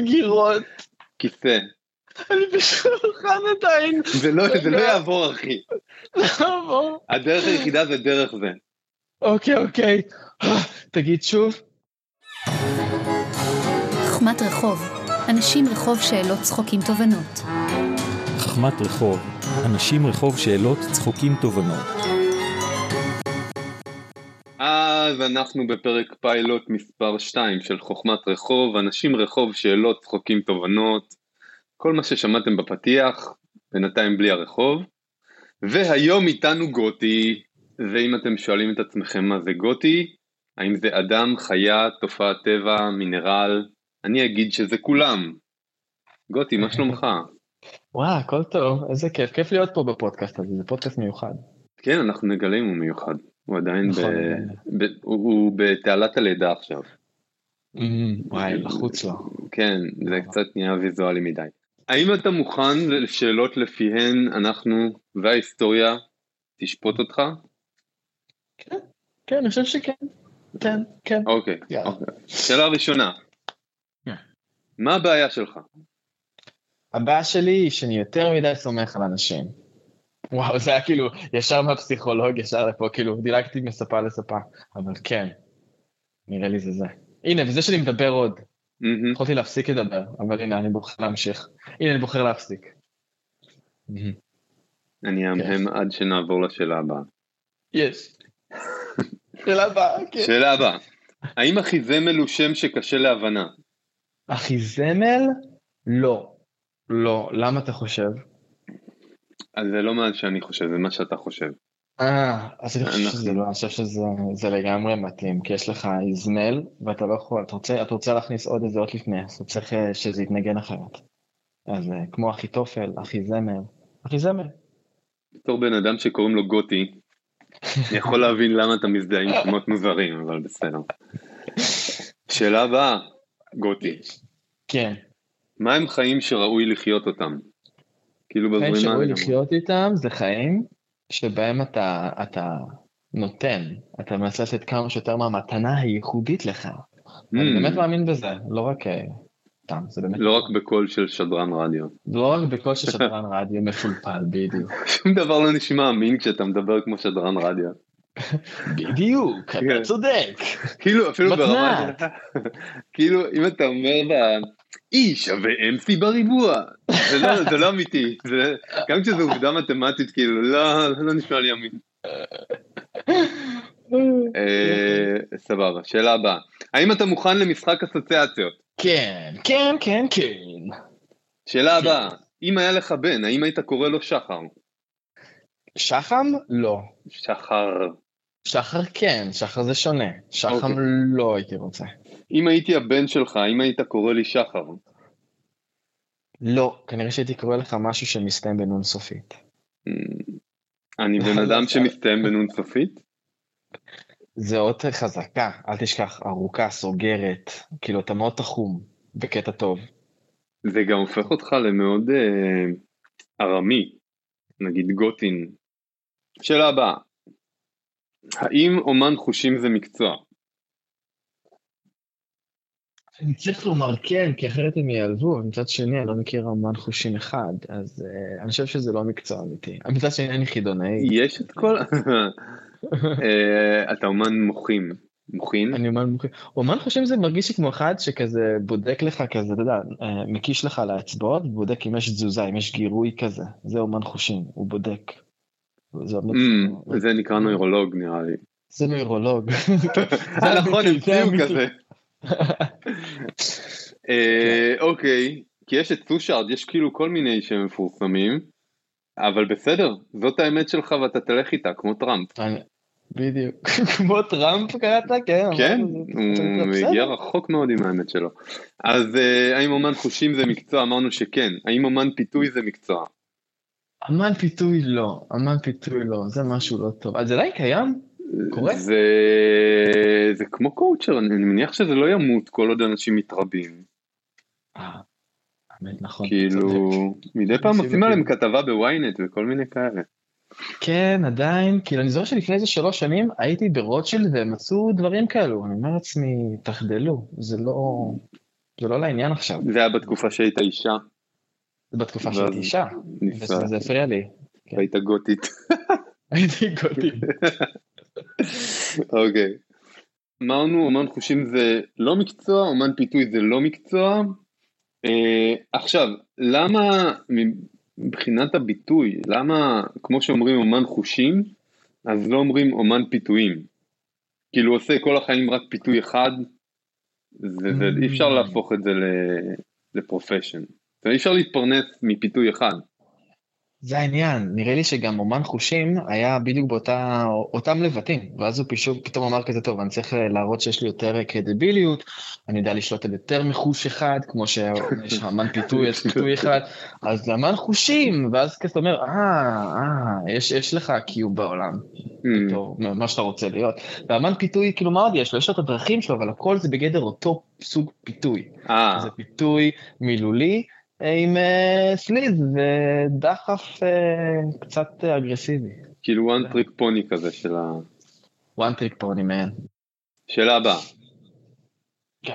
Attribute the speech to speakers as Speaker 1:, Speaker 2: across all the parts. Speaker 1: מגירות,
Speaker 2: כיסא.
Speaker 1: אני בשולחן עדיין.
Speaker 2: זה לא, זה לא יעבור, אחי.
Speaker 1: לעבור.
Speaker 2: הדרך היחידה זה דרך זה.
Speaker 1: אוקיי, אוקיי. תגיד שוב.
Speaker 3: חוכמת רחוב, אנשים רחוב שאלות צחוקים תובנות.
Speaker 4: חכמת רחוב, אנשים רחוב שאלות, צחוקים תובנות.
Speaker 2: אז אנחנו בפרק פיילוט מספר 2 של חוכמת רחוב, אנשים רחוב, שאלות, צחוקים, תובנות, כל מה ששמעתם בפתיח, בינתיים בלי הרחוב. והיום איתנו גותי, ואם אתם שואלים את עצמכם מה זה גותי, האם זה אדם, חיה, תופעת טבע, מינרל, אני אגיד שזה כולם. גותי, מה שלומך?
Speaker 1: וואו, הכל טוב, איזה כיף. כיף להיות פה בפודקאסט הזה, זה פודקאסט מיוחד.
Speaker 2: כן, אנחנו נגלים הוא מיוחד, הוא עדיין ב...
Speaker 1: נכון,
Speaker 2: ב... הוא, הוא בתעלת הלידה עכשיו.
Speaker 1: אמ, וואי, לחוץ לו.
Speaker 2: כן, זה קצת נהיה ויזואלי מדי. האם אתה מוכן לשאלות לפיהן אנחנו וההיסטוריה תשפוט אותך?
Speaker 1: כן, אני חושב שכן. כן, כן.
Speaker 2: אוקיי.
Speaker 1: יאללה.
Speaker 2: אוקיי. שאלה ראשונה.
Speaker 1: כן.
Speaker 2: מה הבעיה שלך?
Speaker 1: הבעיה שלי היא שאני יותר מדי סומך על אנשים. וואו, זה היה כאילו ישר מהפסיכולוג, ישר לפה, כאילו דילגתי מספה לספה. אבל כן, נראה לי זה זה. הנה, וזה שאני מדבר עוד.
Speaker 2: מהמם.
Speaker 1: יכולתי להפסיק לדבר, אבל הנה, אני בוחר להמשיך. הנה, אני בוחר להפסיק.
Speaker 2: אני אהמהם עד שנעבור לשאלה הבאה.
Speaker 1: יש. שאלה הבאה, כן.
Speaker 2: שאלה הבאה. האם אחיזמל הוא שם שקשה להבנה?
Speaker 1: אחיזמל? לא. לא. למה אתה חושב?
Speaker 2: אז זה לא מה שאני חושב, זה מה שאתה חושב.
Speaker 1: אה, אז אני חושב
Speaker 2: אנחנו-
Speaker 1: שזה לא, אני חושב שזה זה לגמרי מתאים, כי יש לך איזמל, ואתה לא יכול, אתה רוצה, אתה רוצה להכניס עוד איזה אות לפני, אז אתה צריך אה, שזה יתנגן אחרת. אז אה, כמו אחיתופל, אחיזמל, אחיזמל.
Speaker 2: בתור בן אדם שקוראים לו גותי, אני יכול להבין למה אתה מזדהה עם שמות מוזרים, אבל בסדר. שאלה הבאה, גותי.
Speaker 1: כן.
Speaker 2: מה הם חיים שראוי לחיות אותם? כאילו
Speaker 1: חיים
Speaker 2: בזרימה
Speaker 1: שראוי
Speaker 2: לגמרי.
Speaker 1: לחיות איתם זה חיים שבהם אתה, אתה נותן, אתה מנסה לתת כמה שיותר מהמתנה הייחודית לך. אני
Speaker 2: Mm,
Speaker 1: באמת מאמין בזה, לא רק אה, סתם, זה באמת,
Speaker 2: לא רק בקול של שדרן רדיו.
Speaker 1: לא רק בקול של שדרן רדיו מפולפל, בדיוק.
Speaker 2: שום דבר לא נשמע אמין כשאתה מדבר כמו שדרן רדיו.
Speaker 1: בדיוק,
Speaker 2: כן.
Speaker 1: אתה צודק.
Speaker 2: כאילו אפילו
Speaker 1: מתנת.
Speaker 2: ברמה... כאילו אם אתה אומר בה, E שווה MC בריבוע. זה לא- זה לא אמיתי. זה- גם כשזו עובדה מתמטית כאילו לא לא נשמע לי אמין. אה, סבבה, שאלה הבאה. האם אתה מוכן למשחק אסוציאציות?
Speaker 1: כן, כן, כן, כן.
Speaker 2: שאלה הבאה. אם היה לך בן, האם היית קורא לו שחר?
Speaker 1: שחם? לא.
Speaker 2: שחר.
Speaker 1: שחר כן, שחר זה שונה. שחם
Speaker 2: אוקיי.
Speaker 1: לא הייתי רוצה.
Speaker 2: אם הייתי הבן שלך, האם היית קורא לי שחר?
Speaker 1: לא, כנראה שהייתי קורא לך משהו שמסתיים בנון סופית.
Speaker 2: אה, אני בן אדם שמסתיים בנון סופית?
Speaker 1: זה אות חזקה, אל תשכח, ארוכה, סוגרת, כאילו אתה מאוד תחום, בקטע טוב.
Speaker 2: זה גם הופך אותך למאוד אה, ארמי, נגיד גוטין. שאלה הבאה, האם אומן חושים זה מקצוע?
Speaker 1: אני צריך לומר כן, כי אחרת הם ייעלבו, אבל מצד שני אני לא מכיר אמן חושים אחד, אז אה, אני חושב שזה לא מקצוע אמיתי. מצד שני אני חידונאי,
Speaker 2: יש את כל... אה, אתה אומן מוחין. מוחין?
Speaker 1: אני אומן מומחה. אומן חושב שזה מרגיש לי כמו אחד שכזה בודק לך כזה, אתה יודע, אה, מקיש לך על האצבעות, בודק אם יש תזוזה, אם יש גירוי כזה. זה אומן חושים, הוא בודק. זה אומן-
Speaker 2: אמ, זה נקרא נוירולוג נראה לי.
Speaker 1: זה נוירולוג.
Speaker 2: אה, נכון,
Speaker 1: אמיתי, זה
Speaker 2: המציאו
Speaker 1: אמיתי.
Speaker 2: כזה. אה, אוקיי, כי יש את סושארד, יש כאילו כל מיני שהם מפורסמים, אבל בסדר, זאת האמת שלך ואתה תלך איתה, כמו טראמפ.
Speaker 1: אני- בדיוק. כמו טראמפ קראת? כן.
Speaker 2: כן,
Speaker 1: אמרנו, זה-
Speaker 2: הוא
Speaker 1: בסדר.
Speaker 2: הגיע רחוק מאוד עם האמת שלו. אז אה, האם אומן חושים זה מקצוע? אמרנו שכן. האם אומן פיתוי זה מקצוע?
Speaker 1: אמן פיתוי לא, אמן פיתוי לא, זה משהו לא טוב. אז זה עדיין קיים? קורה?
Speaker 2: זה, זה כמו קואוצ'ר, אני אני מניח שזה לא ימות כל עוד אנשים מתרבים.
Speaker 1: אה, באמת, נכון.
Speaker 2: כאילו,
Speaker 1: צודק.
Speaker 2: מדי פעם
Speaker 1: עושים
Speaker 2: עושים עליהם
Speaker 1: אותי.
Speaker 2: כתבה בוויינט וכל מיני כאלה.
Speaker 1: כן, עדיין, כאילו, אני זוכר שלפני איזה שלוש שנים הייתי ברוטשילד והם עשו דברים כאלו. אני אומר לעצמי, תחדלו, זה לא... זה לא לעניין עכשיו.
Speaker 2: זה היה בתקופה שהיית אישה,
Speaker 1: זה בתקופה
Speaker 2: ואז-
Speaker 1: שהייתי אישה,
Speaker 2: ניסה,
Speaker 1: וזה הפריע לי.
Speaker 2: והיית גותית.
Speaker 1: הייתי גותי.
Speaker 2: אוקיי. אמרנו, אומן חושים זה לא מקצוע, אומן פיתוי זה לא מקצוע. אה, עכשיו, למה מבחינת הביטוי, למה כמו שאומרים אומן חושים, אז לא אומרים אומן פיתויים? כאילו עושה כל החיים רק פיתוי אחד, זה, זה, אי אפשר להפוך את זה ל- לפרופשן. זאת אומרת, אי אפשר להתפרנס מפיתוי אחד.
Speaker 1: זה העניין, נראה לי שגם אומן חושים היה בדיוק באותה, אותם לבטים, ואז הוא פשוט פתאום אמר כזה, טוב, אני צריך אה, להראות שיש לי יותר אה, קרדיביליות, אני יודע לשלוט על יותר מחוש אחד, כמו שיש לך אמן פיתוי, יש פיתוי אחד, אז זה אמן חושים, ואז כזה אומר, אה, אה, יש, יש לך קיום בעולם, בתור מה שאתה רוצה להיות. ואמן פיתוי, כאילו, מה עוד יש לו? יש לו את הדרכים שלו, אבל הכל זה בגדר אותו סוג פיתוי.
Speaker 2: אה,
Speaker 1: זה פיתוי מילולי אה, עם אה, סליז ודחף אה, קצת אה, אגרסיבי.
Speaker 2: כאילו one trick pony כזה של ה...
Speaker 1: one trick pony man.
Speaker 2: שאלה הבאה.
Speaker 1: כן.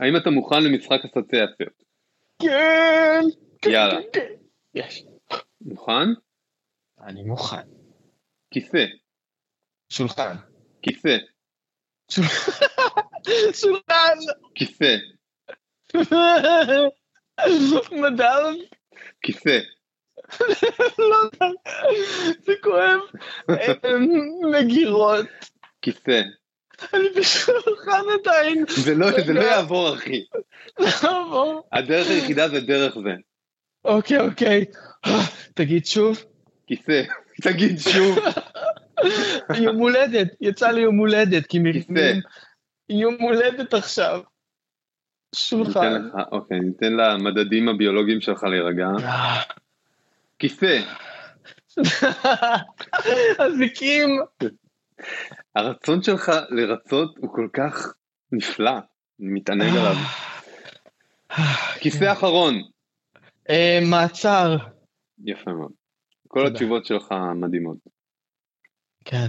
Speaker 2: האם אתה מוכן למשחק אסוציאציות?
Speaker 1: כן!
Speaker 2: יאללה.
Speaker 1: יש.
Speaker 2: מוכן?
Speaker 1: אני מוכן.
Speaker 2: כיסא,
Speaker 1: שולחן.
Speaker 2: כיסא,
Speaker 1: שולחן!
Speaker 2: כיסא,
Speaker 1: מדב,
Speaker 2: כיסא,
Speaker 1: לא יודע, זה כואב. אה, מגירות.
Speaker 2: כיסא.
Speaker 1: אני בשולחן עדיין.
Speaker 2: זה לא, זה לא יעבור אחי. הדרך היחידה זה דרך זה.
Speaker 1: אוקיי, אוקיי. תגיד שוב.
Speaker 2: כיסא, תגיד שוב,
Speaker 1: יום הולדת, יצא לי יום הולדת, כי מרימים
Speaker 2: כיסא.
Speaker 1: יום הולדת עכשיו.
Speaker 2: ניתן
Speaker 1: שולחן.
Speaker 2: לך, אוקיי, ניתן למדדים הביולוגיים שלך להירגע. כיסא,
Speaker 1: אזיקים.
Speaker 2: הרצון שלך לרצות הוא כל כך נפלא, אני מתענג עליו.
Speaker 1: כן.
Speaker 2: כיסא אחרון.
Speaker 1: אה, מעצר.
Speaker 2: יפה מאוד. כל
Speaker 1: תודה.
Speaker 2: התשובות שלך מדהימות.
Speaker 1: כן.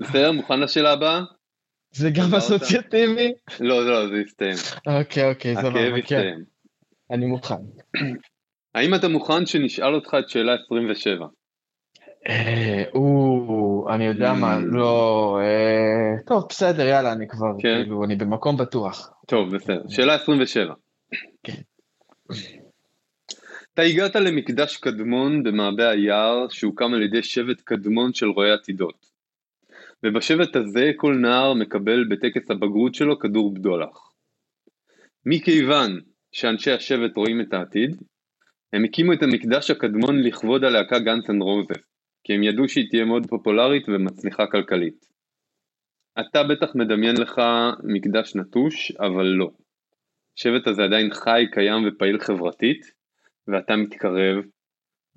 Speaker 2: בסדר, מוכן לשאלה הבאה?
Speaker 1: זה גם
Speaker 2: אמרת.
Speaker 1: אסוציאטיבי?
Speaker 2: לא, לא, זה יסתיים.
Speaker 1: אוקיי, אוקיי,
Speaker 2: הכאב
Speaker 1: סבבה, כן.
Speaker 2: יסתיים.
Speaker 1: אני מוכן.
Speaker 2: האם אתה מוכן שנשאל אותך את שאלה 27?
Speaker 1: אה, או, אני יודע מה,
Speaker 2: Mm.
Speaker 1: לא... אה, טוב, בסדר, יאללה, אני כבר,
Speaker 2: כן.
Speaker 1: כאילו, אני במקום בטוח.
Speaker 2: טוב, בסדר. שאלה 27.
Speaker 1: כן.
Speaker 2: אתה הגעת למקדש קדמון במעבה היער שהוקם על ידי שבט קדמון של רואי עתידות. ובשבט הזה כל נער מקבל בטקס הבגרות שלו כדור בדולח. מכיוון שאנשי השבט רואים את העתיד, הם הקימו את המקדש הקדמון לכבוד הלהקה גאנס אנד רוזס, כי הם ידעו שהיא תהיה מאוד פופולרית ומצליחה כלכלית. אתה בטח מדמיין לך מקדש נטוש, אבל לא. השבט הזה עדיין חי, קיים ופעיל חברתית, ואתה מתקרב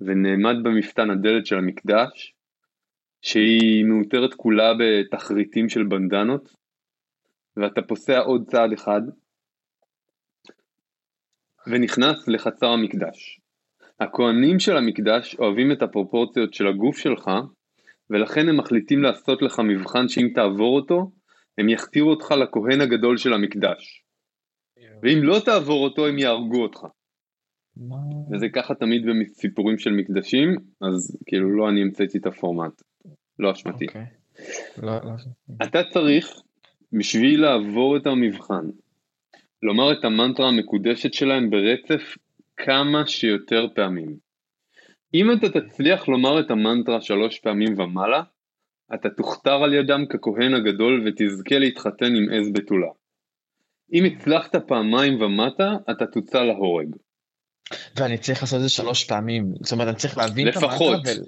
Speaker 2: ונעמד במפתן הדלת של המקדש, שהיא מאותרת כולה בתחריטים של בנדנות, ואתה פוסע עוד צעד אחד, ונכנס לחצר המקדש. הכהנים של המקדש אוהבים את הפרופורציות של הגוף שלך, ולכן הם מחליטים לעשות לך מבחן שאם תעבור אותו, הם יכתירו אותך לכהן הגדול של המקדש. ואם לא תעבור אותו, הם יהרגו אותך.
Speaker 1: מה?
Speaker 2: וזה ככה תמיד בסיפורים של מקדשים, אז כאילו לא אני המצאתי את הפורמט, לא אשמתי.
Speaker 1: אוקיי. לא, לא.
Speaker 2: אתה צריך, בשביל לעבור את המבחן, לומר את המנטרה המקודשת שלהם ברצף כמה שיותר פעמים. אם אתה תצליח לומר את המנטרה שלוש פעמים ומעלה, אתה תוכתר על ידם ככהן הגדול ותזכה להתחתן עם עז בתולה. אם הצלחת פעמיים ומטה, אתה תוצא להורג.
Speaker 1: ואני צריך לעשות את זה שלוש פעמים. זאת אומרת, אני צריך להבין את המטרה.
Speaker 2: לפחות.
Speaker 1: ול-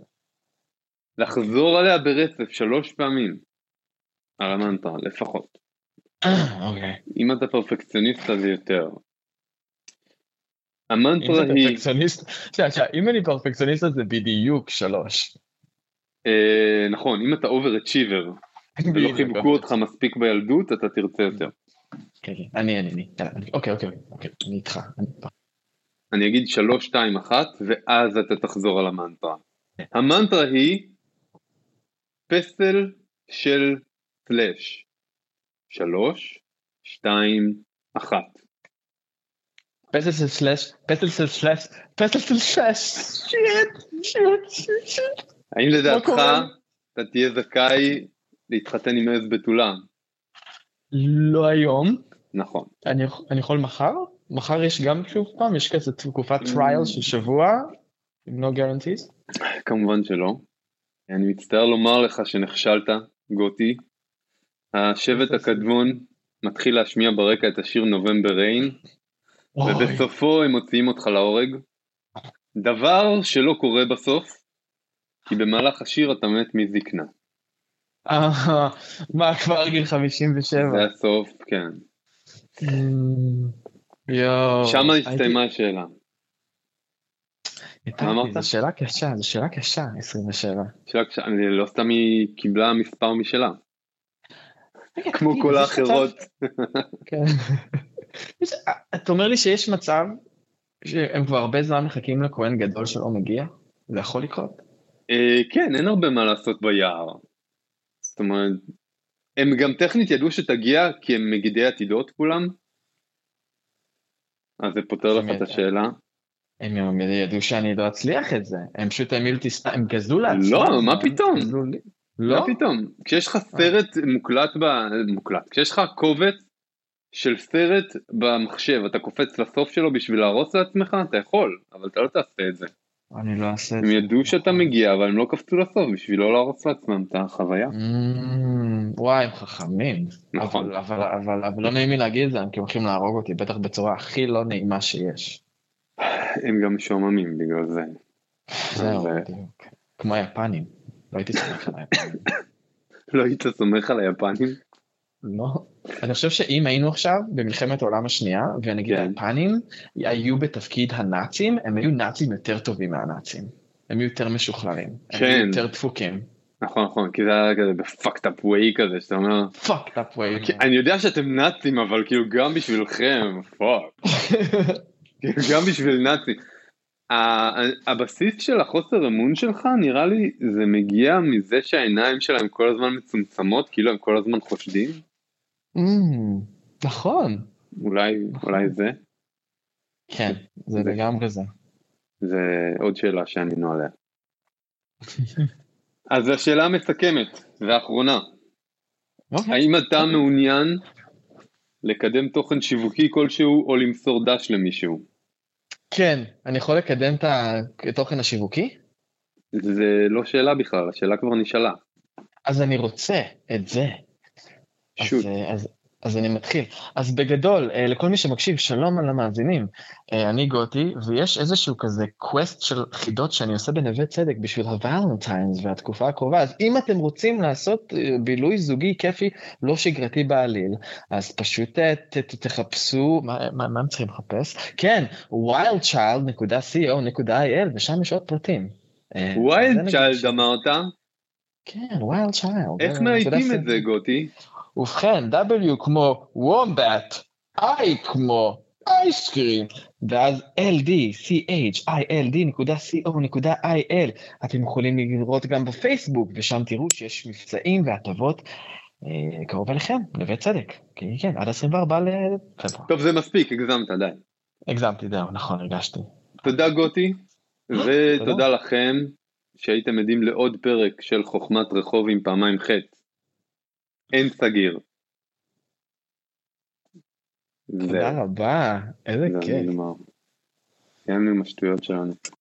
Speaker 2: לחזור עליה ברצף שלוש פעמים. על המנטרה, לפחות.
Speaker 1: אה, אוקיי.
Speaker 2: אם אתה פרפקציוניסט אז יותר.
Speaker 1: אם זה
Speaker 2: המנטרה היא,
Speaker 1: פרפקציוניסט, שנייה, שנייה, אם אני פרפקציוניסט אז זה בדיוק שלוש.
Speaker 2: אה, נכון, אם אתה אובר-אצ'יבר ולא
Speaker 1: בדיוק.
Speaker 2: לא חיבקו אותך מספיק בילדות, אתה תרצה יותר.
Speaker 1: כן, כן, אני, אני, אני, יאללה, אני- אוקיי, אוקיי, אוקיי, אני איתך. אני איתך.
Speaker 2: אני אגיד שלוש, שתיים, אחת, ואז אתה תחזור על המנטרה. המנטרה היא פסל של סלאש. שלוש, שתיים, אחת.
Speaker 1: פסל של סלאש, פסל של סלאש, פסל של סלאש, שיט, שיט, שיט, שיט.
Speaker 2: האם לדעתך
Speaker 1: קורה?
Speaker 2: אתה תהיה זכאי להתחתן עם עז בתולה?
Speaker 1: לא היום,
Speaker 2: נכון.
Speaker 1: אני, יכול- אני יכול מחר? מחר יש גם שוב פעם, יש כזה
Speaker 2: Mm.
Speaker 1: תקופת טרייל של שבוע, עם no guarantees.
Speaker 2: כמובן שלא. אני מצטער לומר לך שנכשלת, גותי. השבט הקדמון מתחיל להשמיע ברקע את השיר נובמבר ריין,
Speaker 1: אוי,
Speaker 2: ובסופו הם מוציאים אותך להורג. דבר שלא קורה בסוף, כי במהלך השיר אתה מת מזקנה.
Speaker 1: אה, מה, כבר גיל 57.
Speaker 2: זה הסוף, כן.
Speaker 1: Mm. יואו.
Speaker 2: שמה
Speaker 1: הייתי-
Speaker 2: הסתיימה השאלה.
Speaker 1: הייתי-
Speaker 2: מה אמרת?
Speaker 1: זו שאלה קשה, זו שאלה קשה, 27.
Speaker 2: שאלה קשה, אני- לא סתם היא קיבלה מספר משלה, כמו
Speaker 1: תגיד,
Speaker 2: כל
Speaker 1: יש מצב-
Speaker 2: האחרות.
Speaker 1: כן. יש- אתה אומר לי שיש מצב שהם כבר הרבה זמן מחכים לכהן גדול שלא מגיע? זה יכול לקרות?
Speaker 2: אה, כן, אין הרבה מה לעשות ביער. זאת אומרת, הם גם טכנית ידעו שתגיע, כי הם מגידי עתידות כולם. אז זה פותר לך את
Speaker 1: שמעת.
Speaker 2: השאלה.
Speaker 1: הם גם ידעו שאני לא אצליח את זה, הם פשוט האמינו אותי סתם, הם גזלו לעצמם.
Speaker 2: לא, מה פתאום?
Speaker 1: גזלו לי.
Speaker 2: מה
Speaker 1: לא?
Speaker 2: פתאום? כשיש לך סרט מוקלט, ב... מוקלט, כשיש לך קובץ של סרט במחשב, אתה קופץ לסוף שלו בשביל להרוס לעצמך? אתה יכול, אבל אתה לא תעשה את זה.
Speaker 1: אני לא אעשה את
Speaker 2: הם
Speaker 1: זה.
Speaker 2: ידעו שאתה
Speaker 1: נכון.
Speaker 2: מגיע, אבל הם לא קפצו לסוף בשביל לא להרוס לעצמם את החוויה.
Speaker 1: אמ, Mm, וואי, הם חכמים.
Speaker 2: נכון.
Speaker 1: אבל, אבל, אבל, אבל לא נעים לי להגיד את זה, כי הם הולכים להרוג אותי, בטח בצורה הכי לא נעימה שיש.
Speaker 2: הם גם משועממים בגלל זה.
Speaker 1: זהו,
Speaker 2: זה-
Speaker 1: בדיוק. כמו היפנים. לא הייתי סומך על היפנים.
Speaker 2: לא היית סומך על היפנים?
Speaker 1: לא. אני חושב שאם היינו עכשיו במלחמת העולם השנייה, ונגיד
Speaker 2: כן.
Speaker 1: היפנים היו בתפקיד הנאצים, הם היו נאצים יותר טובים מהנאצים. הם היו יותר משוחררים. הם
Speaker 2: כן.
Speaker 1: היו יותר דפוקים. נכון.
Speaker 2: נכון נכון כי זה היה כזה בפאקד אפ ווי כזה שאתה אומר
Speaker 1: פאק אפ ווי.
Speaker 2: "כי אני יודע שאתם נאצים אבל כאילו גם בשבילכם פאק. כאילו, גם בשביל נאצים. ה- הבסיס של החוסר אמון שלך נראה לי זה מגיע מזה שהעיניים שלהם כל הזמן מצומצמות כאילו הם כל הזמן חושדים
Speaker 1: Mm, נכון.
Speaker 2: אולי אולי זה
Speaker 1: כן, זה
Speaker 2: זה-
Speaker 1: לגמרי זה.
Speaker 2: זה עוד שאלה שענינו עליה. אז השאלה המסכמת והאחרונה
Speaker 1: אוקיי.
Speaker 2: האם אתה מעוניין לקדם תוכן שיווקי כלשהו או למסור דש למישהו?
Speaker 1: כן, אני יכול לקדם את התוכן השיווקי?
Speaker 2: זה לא שאלה בכלל, השאלה כבר נשאלה.
Speaker 1: אז אני רוצה את זה. אז,
Speaker 2: שוט.
Speaker 1: אה, אז, אז אני מתחיל. אז בגדול, אה, לכל מי שמקשיב, שלום על המאזינים. אה, אני גותי, ויש איזשהו כזה קווסט של חידות שאני עושה בנווה צדק בשביל הוולנטיינס והתקופה הקרובה. אז אם אתם רוצים לעשות אה, בילוי זוגי כיפי, לא שגרתי בעליל, אז פשוט אה, ת, ת, תחפשו, מה, מה, מה הם צריכים לחפש? כן, wildchild.co.il, ושם יש עוד פרטים. אה, זה
Speaker 2: ווילד
Speaker 1: נגיד ש- אה,
Speaker 2: צ'יילד אמרת,
Speaker 1: כן, ווילד צ'יילד.
Speaker 2: איך מאייתים את זה גותי?
Speaker 1: ובכן, W כמו וומבט, I כמו אייסקרים, ואז ldchild.co.il. אתם יכולים לראות גם בפייסבוק, ושם תראו שיש מבצעים והטבות אה, קרוב אליכם, נווה צדק. כן, כן, עד 24 לפברואר.
Speaker 2: טוב זה מספיק, הגזמת די.
Speaker 1: הגזמתי, זהו, נכון, הרגשתי.
Speaker 2: תודה גותי, ותודה
Speaker 1: אה, תודה.
Speaker 2: לכם שהייתם עדים לעוד פרק של חוכמת רחוב עם פעמיים חטא. אין סגיר.
Speaker 1: תודה
Speaker 2: זהו,
Speaker 1: רבה, כן. איזה
Speaker 2: זהו,
Speaker 1: כיף.
Speaker 2: נגמר. סיימנו עם השטויות שלנו.